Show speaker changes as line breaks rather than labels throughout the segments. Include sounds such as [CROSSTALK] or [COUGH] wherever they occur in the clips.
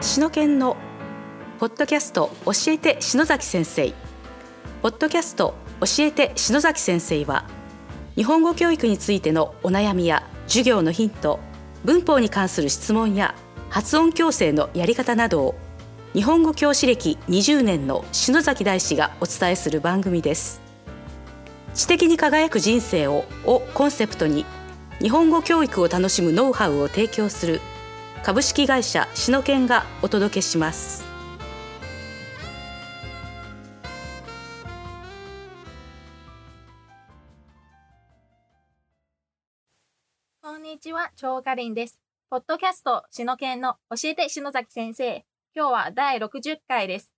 篠研のポッドキャスト教えて篠崎先生ポッドキャスト教えて篠崎先生は日本語教育についてのお悩みや授業のヒント文法に関する質問や発音矯正のやり方などを日本語教師歴20年の篠崎大師がお伝えする番組です知的に輝く人生ををコンセプトに日本語教育を楽しむノウハウを提供する株式会社シノケンがお届けします
こんにちは、超かりんです。ポッドキャスト、しのけんの教えて篠崎先生。今日は第60回です。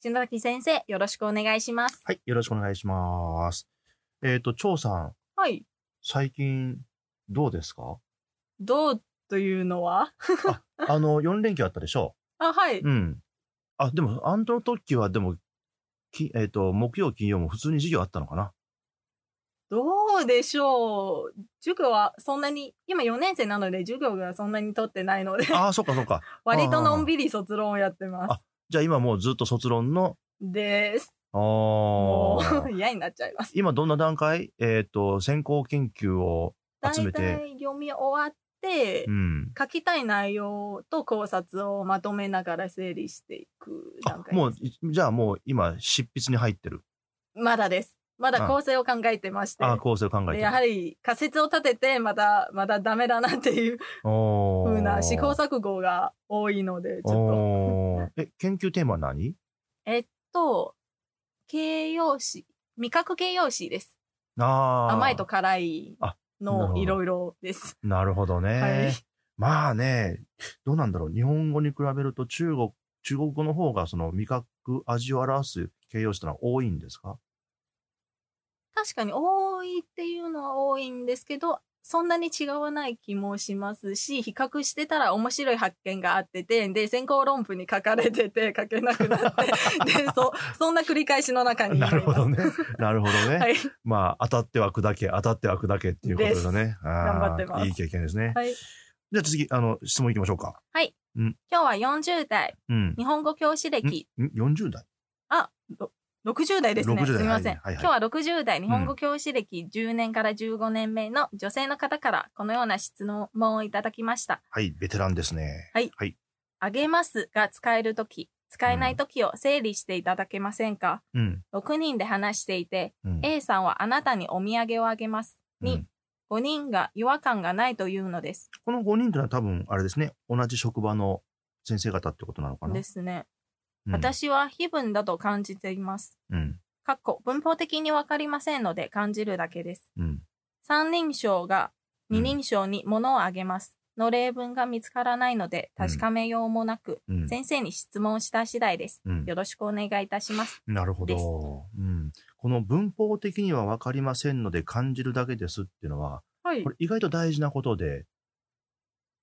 篠崎先生、よろしくお願いします。
はい、よろしくお願いします。えっ、と、張さん、
はい。
最近、どうですか
どうというのは
あの、4連休あったでしょ
あ、はい。
うん。あ、でも、あの時は、でも、きえっ、と、木曜、金曜も普通に授業あったの
[LAUGHS]
かな
どうでしょう塾はそんなに、今4年生なので授業がそんなに取ってないので、
ああ、そっかそっか。
[LAUGHS] 割とのんびり卒論をやってます
あ。じゃあ今もうずっと卒論の、
です。も
あ
う [LAUGHS]
あ。
嫌になっちゃいます。
今どんな段階えっ、と、先行研究を、集めて
大体読み終わって、
うん。
書きたい内容と考察をまとめながら整理していく
あ
段階です。
もう、いじゃあもう今、執筆に入ってる。
まだです。まだ
あ
構成を考えてまして。
ああ、構成を考え
で
て
やはり仮説を立ててまだまだダメだなっていう
おー
風な試行錯誤が多いのでちょっ
おーえ、研究テーマは何
と。えっと形容詞味覚形容詞です。
あー
甘いと辛い
あなるほ
の
ど
いろいろです。
なるほどね。
はい
まあね、どうなんだろう。日本語に比べると中国、中国語の方がその味覚、味を表す形容詞というのは多いんですか
確かに多いっていうのは多いんですけどそんなに違わない気もしますし比較してたら面白い発見があっててで先行論文に書かれてて書けなくなって
[LAUGHS]
でそそんな繰り返しの中にいま
な
す
るほどね。
[LAUGHS]
なるほどね。
はい、
まあ、当たっては砕け、当たっては砕けっていうことですよね。頑
頑張ってます
いい経験ですね。
はい、
じゃあ次、あの、質問いきましょうか。
今日は40代
うん。
日本語教師歴
ん40代
60代ですね
60代
すみません、
はいは
今
い
日は60代日本語教師歴10年から15年目の女性の方からこのような質問をいただきました
はい、ベテランですね。
あげますが使えるとき、使えないときを整理していただけませんか、
うん。
?6 人で話していて、
うん、
A さんはあなたにお土産をあげます。
う
に
ん、
5人が違和感がないというのです。
この5人というのは多分、あれですね。同じ職場の先生方ってことなのかな。
ですね。
うん、
私は非文だと感じています。
うん。
かっこ文法的にわかりませんので感じるだけです。
うん。
三人称が二
う
人称に物をあげます。の例文が見つからないので確かめようもなく、
うん。
先生に質問した次第です。
うん
よろしくお願いいたします。
なるほ
です
ど、うん。この文法的には分かりませんので感じるだけですっていうのは、
はい
これ意外と大事なことで、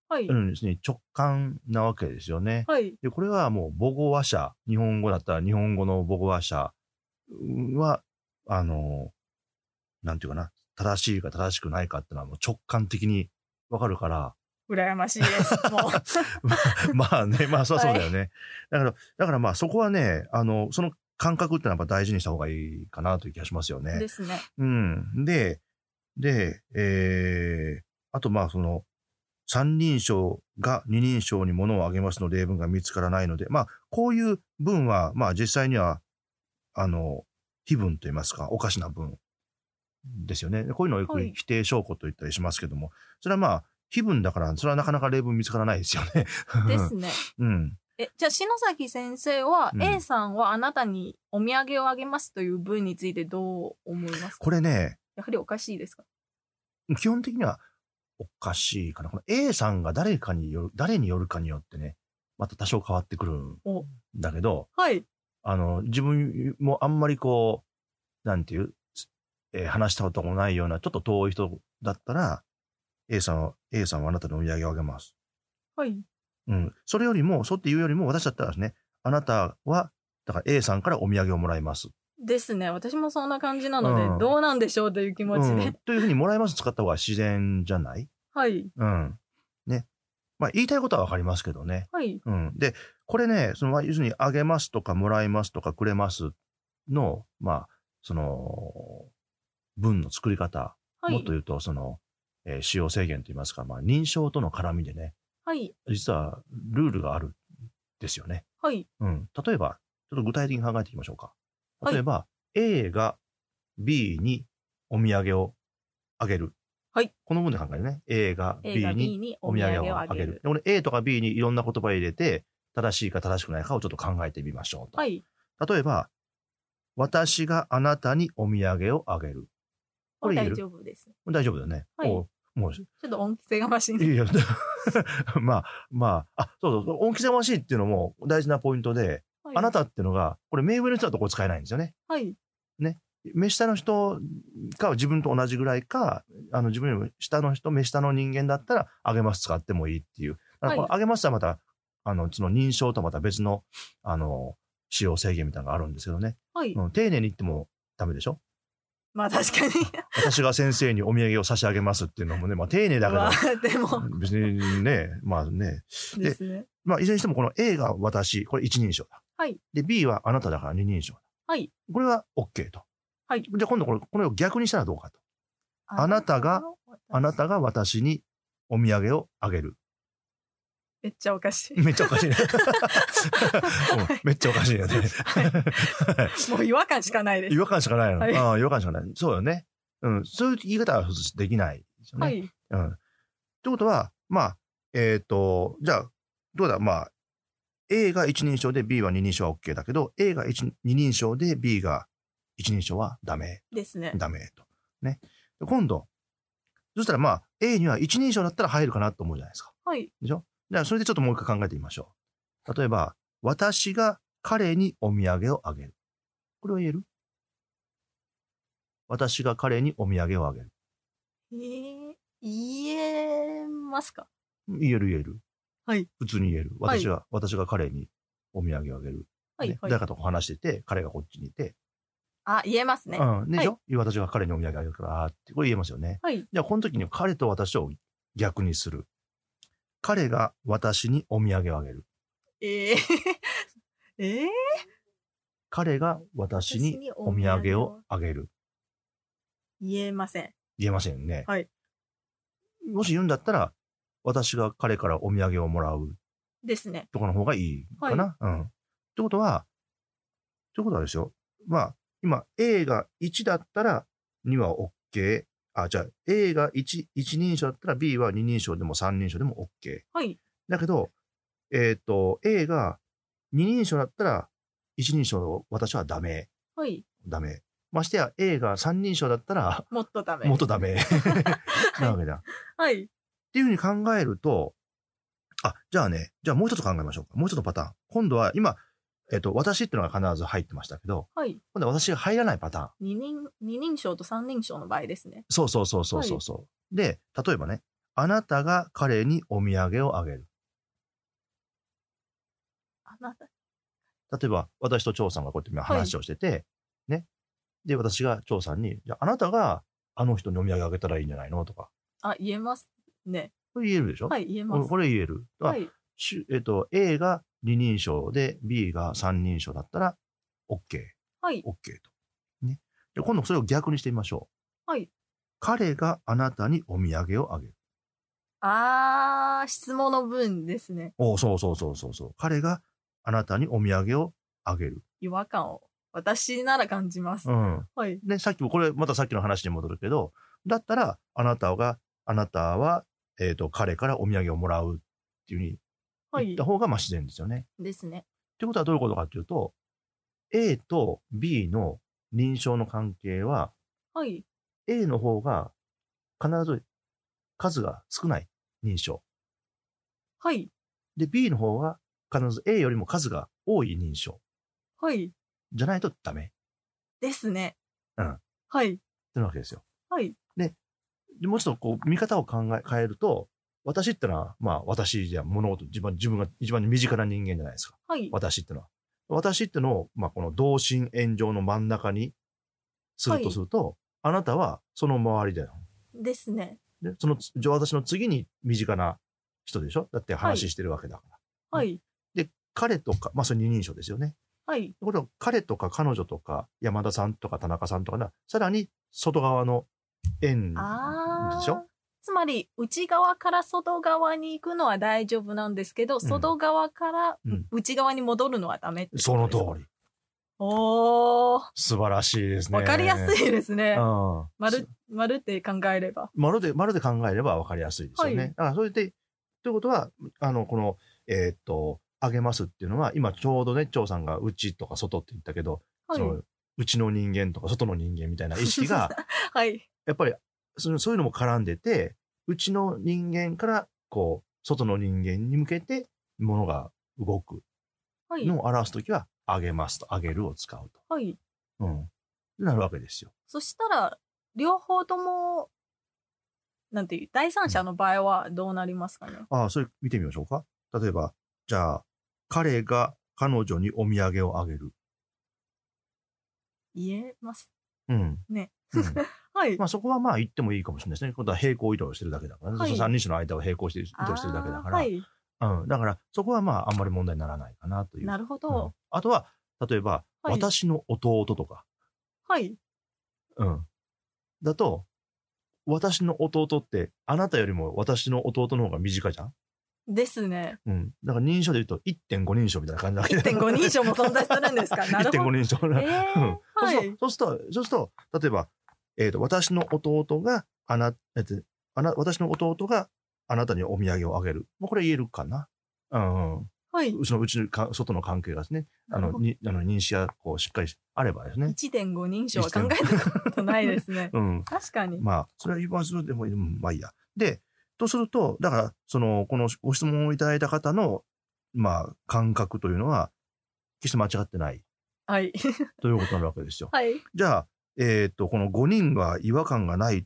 はい
うん、ですね、直感なわけですよね。
はい。
で、これはもう母語話者、日本語だったら日本語の母語話者は、あの、なんていうかな、正しいか正しくないかっていうのはもう直感的に分かるから、 [LAUGHS]
羨ましいです。もう。
まあね、まあそりゃそう
はい
だよね。だから、だからまあそこはね、あの、その感覚ってのはやっぱ大事にした方がいいかなという気がしますよね。
[LAUGHS] ですね。
うん。で、で、えー、あとまあその、三人称が二人称に物をあげますの例文が見つからないので、まあこういう文は、まあ実際には、あの、非文といいますか、おかしな文ですよね。でこういうのをよく
はい
否定証拠と言ったりしますけども、それはまあ、非文だから、それはなかなか例文見つからないですよね。
ですね。
[LAUGHS] うん。
え、じゃあ、篠崎先生は、
うん
A さんはあなたにお土産をあげますという文についてどう思いますか
これね、
やはりおかしいですか
基本的にはおかしいかな。この A さんが誰かによる、誰によるかによってね、また多少変わってくるん
お
だけど、
はい。
あの、自分もあんまりこう、なんていう、えー話したこともないような、ちょっと遠い人だったら、A さんは、A さんはあなたのお土産をあげます。
はい。
うん。それよりも、そうって言うよりも、私だったらですね、あなたは、だから A さんからお土産をもらいます。
ですね。私もそんな感じなので、
うん
どうなんでしょうという気持
う
ちで。
ん。というふうに、もらいます使った方が自然じゃない
はい。
うん。ね。まあ、言いたいことはわかりますけどね。
はい。
うん、でこれねそのまあ要するにあげますとかもらいますとかくれますのまあその文の作り方、
はい。
もっと言うとその、えー使用制限といいますか、まあ、認証との絡みでね
はい。
実はルールがあるんですよね。
はい。
うん、例えばちょっと具体的に考えていきましょうか。
はい
例えば、A が B にお土産をあげる。
はい、
この文で考えるね A が
A が
B に
B に
お
お
土
土
産
産
を
を
あ
あ
げ
げ
る
る。。
でこれ A とか B にいろんな言葉を入れて、正しいか正しくないかをちょっと考えてみましょうと。
はい。
例えば、私があなたにお土産をあげる。これ言え
大
る
丈夫です。
大丈夫だよね。
はい
おもう、
ちょっと恩着せがましい。
いやいや、 [LAUGHS] まあ、まあ、あ、そうそう、恩着せがましいっていうのも大事なポイントで、
はい
あなたっていうのが、これ、目上の人だとこれ使えないんですよね。
はい。
目下の人か自分と同じぐらいか、あの自分よりも下の人、目下の人間だったら、あげます使ってもいいっていう。だからこ
は
れあげますはまた、あの、その認証とまた別の、あの、使用制限みたいなのがあるんですけどね。
はい。
うん、丁寧に言ってもダメでしょ
まあ確かに。
私が先生にお土産を差し上げますっていうのもね、まあ丁寧だ
[LAUGHS]
け
ま
ど、
あでも、
別にね、まあね、で
ですね。
まあいずれにしてもこの A が私、これ一人称だ。
はい
で、B はあなただから二人称だ。
はい。
これは OK と。
はい
じゃあ今度これ、これを逆にしたらどうかと。あなたが、あな。たが私にお土産をあげる。
めっちゃおかしい。
[LAUGHS] めっちゃおかしいね。 [LAUGHS] うんめっちゃおかしいよね。
もう違和感しかないです
[LAUGHS] 違。和感しかないの。
はい
ああ違和感しかない。そうよね。うん、そういう言い方はできないですよね。
はい。
うん。ってことは、まあ、えっ、と、じゃあ、どうだ、まあ、A が一人称で B は二人称は OK だけど、A が一二人称で B が一人称はダメ、
ですね。
ダメと。ね。で今度、そしたらまあ、A には一人称だったら入るかなと思うじゃないですか。
はい。
でしょじゃあ、それでちょっともう一回考えてみましょう。例えば、私が彼にお土産をあげる。これは言える私が彼にお土産をあげる。
えー言えますか
言える言える。
はい。
普通に言える。
はい
私が、私が彼にお土産をあげる。
はい
ね。
はい
誰かと話してて、彼がこっちにいて。
あ、言えますね。
うん。でしょ、
は
私が彼にお土産あげるから、あーって、これ言えますよね。
はい。
じゃあ、この時に彼と私を逆にする。彼が私にお土産をあげる。
えー [LAUGHS] えー
彼が私
私
に
に
お
お土
土産
産
を
を
あげる。
言えません。
言えませんよね。
はい。
もし言うんだったら、私が彼からお土産をもらう
ですね。
とかの方がいいかな。うん。ってことは、ってことはですよ。まあ、今、A が1だったら2は OK。あ、じゃあ、A が1、一人称だったら B は二人称でも三人称でも OK。
はい。
だけど、えっ、と、A が二人称だったら一人称の私はダメ、
はい。
ダメ。ましてや、A が三人称だったら
もっとダメ。
元
[LAUGHS]
ダメ。なわけだ。
はい。
っていうふうに考えると、あ、じゃあね、じゃあもう一つ考えましょうか。もう一つのパターン。今度は今、えっ、と、私っていうのが必ず入ってましたけど、
はい。
今度は私が入らないパター
二
ン。
人、二人称と三人称の場合ですね。
そうそうそうそうそうそう、で、例えばね、あなたが彼にお土産をあげる。
あなた。
例えば、私と張さんがこうやって話をしてて、ね。で、私が張さんに、じゃああなたがあの人にお土産あげたらいいんじゃないのとか。
あ、言えますね。
これ言えるでしょ、
はい、言え
こ
ま
れ
す。
これ言える。だから
はい。
しゅえっ、と、A が二人称で B が三人称だったら OK。
はい。
OK と。ね。じゃあ今度それを逆にしてみましょう。
はい。
彼があなたにお土産をあげる。
あー、質問の分ですね。
おうそうそうそうそうそう。彼があなたにお土産をあげる。
違和感を。私なら感じます。
うん。
はい。
ね、さっきも、これまたさっきの話に戻るけど、だったら、あなたが、あなたは、えっ、と、彼からお土産をもらうっていうふうに
は
言
い
った。方が、まあ自然ですよね。
ですね。
ってことはどういうことかっていうと、A と B の認証の関係は、
はい。
A の方が必ず数が少ない認証。
はい。
で、B の方が必ず A よりも数が多い認証
はい。
じゃないとダメっ
ですね。
うん。
はい。
てなわけですよ。
はい。
でもうちょっとこう見方を考え、変えると、私ってのは、まあ私じゃ物事、自分、自分が一番身近な人間じゃないですか。
はい。
私ってのは。私ってのを、まあこの同心円状の真ん中にするとすると、あなたはその周りだよ。
ですね。
で、その、じゃあ私の次に身近な人でしょだって話してるわけだから。
はい。
彼とか、まあそれ二人称ですよね。
はい。
ところが彼とか彼女とか山田さんとか田中さんとかな、さらに外側の円
ああ。
でしょ
つまり、内側から外側に行くのは大丈夫なんですけど、外側から
うん
内側に戻るのはダメってことです
その通り。
おー、
素晴らしいですね。
わかりや
い。
すいですね。
うん、
まる、まるって考えれば。
まるで、まるで考えれば分かりやすいですよね。
はい
だからそれで、ということは、あの、この、えーっと、あげますっていうのは、今ちょうどね、張さんがうちとか外って言ったけど、
はい
そ。のうちの人間とか外の人間みたいな意識が、
はい。
やっぱりそのそういうのも絡んでて、うちの人間から、こう、外の人間に向けて、ものが動く
はい。
のを表すときは、あげますと、あげるを使う
はい。
と。うん。なるわけですよ。
そしたら、両方とも、なんていう、第三者の場合はどうなりますかね。
ああ、それ見てみましょうか。例えば、じゃあ、彼が彼女にお土産をあげる。
言えます。
うん。
ね
うん。
はい。
まあそこはまあ言ってもいいかもしれないですね。今度は平行移動してるだけだからね。
はい
その三人種の間を平行して移動してるだけだから。
あーはい。
うん。だからそこはまああんまり問題にならないかなという。
なるほど。
うんあとは、例えば、
はい
私の弟とか。
はい。
うん。だと、私の弟って、あなたよりも私の弟の方が短いじゃん
です [LAUGHS] ね。
うん。だから認証で言うと1.5人称みたいな感じなわけだよ [LAUGHS]
1.5人称も存在するんですかなるほど。
1.5人称な。
え [LAUGHS]
う
ー
ん、
は
そう
い。
そうそうすると、そうすると、例えば、えー、と私の弟があな、えっとあな、私の弟があなたにお土産をあげる。もうこれ言えるかな。うんうん、
はい。
うちのうちのか外の関係がですね、あ
な
の
るほ
にあの認識がこうしっかりあればですね、。
1.5人称は考えたことないですね
うん、
確かに。
まあ、それは一般するでも、うんまあいいや。で、とすると、だから、その、このご質問をいただいた方の、まあ、感覚というのは、決して間違ってない
はい。 [LAUGHS]
ということになるわけですよ。
はい。
じゃあ、えっ、と、この5人が違和感がないっ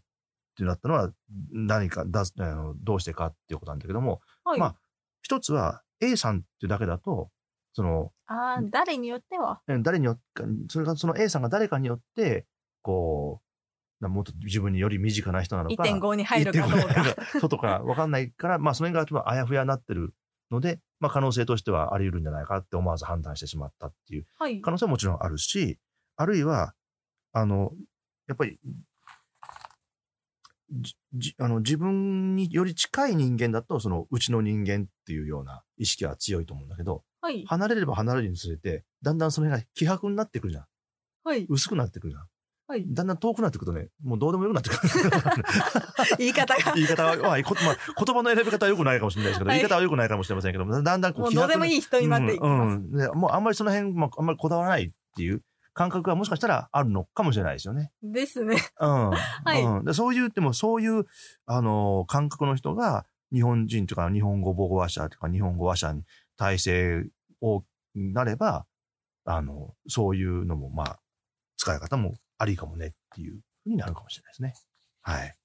てなったのは、何かだあの、どうしてかっていうことなんだけども、
はい。
まあ一つは A さんっていうだけだと、その、
ああ、誰によっては。
え誰によっか、それが、その A さんが誰かによって、こう、なもっと自分により身近な人なのか、
1.5に入るかどうか。
か、 [LAUGHS] 外か分かんないから、まあ、その辺がちょっとあやふやになってるので、まあ、可能性としてはあり得るんじゃないかって思わず判断してしまったっていう
はい。
可能性ももちろんあるし、あるいは、あの、やっぱり、じじあの自分により近い人間だと、そのうちの人間っていうような意識は強いと思うんだけど、
はい。
離れれば離れるにつれて、だんだんその辺が希薄になってくるじゃん。
[LAUGHS] はい。
薄くなってくるじゃん。
はい
だんだん遠くなってくるとね、もうどうでもよくなってくる。
言い方が。
[LAUGHS] 言い方は、まあこまあ、言葉の選び方は良くないかもしれないですけど、
はい
言い方は良くないかもしれませんけども、だんだんこう
もうどうでもいい人になっていき
うん
ま
う
す。
んでもうあんまりその辺、まあ、あんまりこだわらないっていう感覚がもしかしたらあるのかもしれないですよね。
ですね。
うん。
い
うん、でそういう、でもそういう、あのー感覚の人が、日本人とか日本語母語話者とか日本語話者に体制をなれば、あの、そういうのも、まあ、使い方もありかもねっていうふうになるかもしれないですね。はい。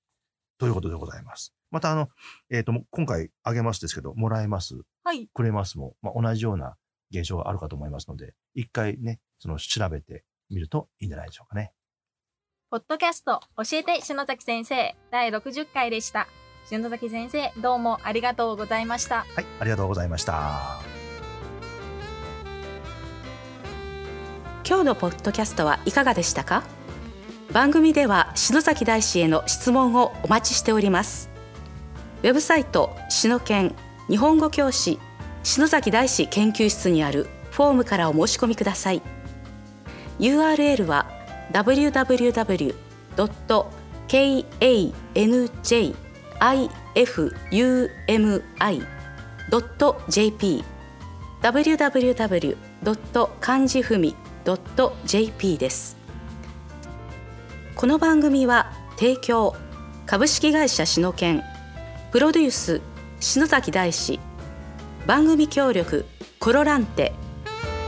ということでございます。また、あの、えっ、と、もう今回あげますですけど、もらえます。
はい。
くれますも、まあ、同じような現象があるかと思いますので、一回ね、その調べてみるといいんじゃないでしょうかね。
ポッドキャスト教えて篠崎先生第60回でした。篠崎先生どうもありがとうございました。
はい、ありがとうございました。
今日のポッドキャストはいかがでしたか番組では篠崎大師への質問をお待ちしておりますウェブサイト篠研日本語教師篠崎大師研究室にあるフォームからお申し込みください URL は www.kanjifumi.jp www. 漢字ふみ .jp ですこの番組は提供株式会社篠研プロデュース篠崎大志番組協力コロランテ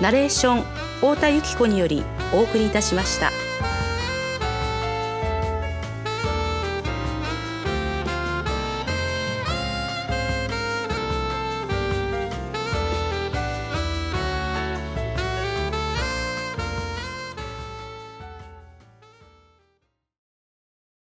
ナレーション太田由紀子によりお送りいたしました。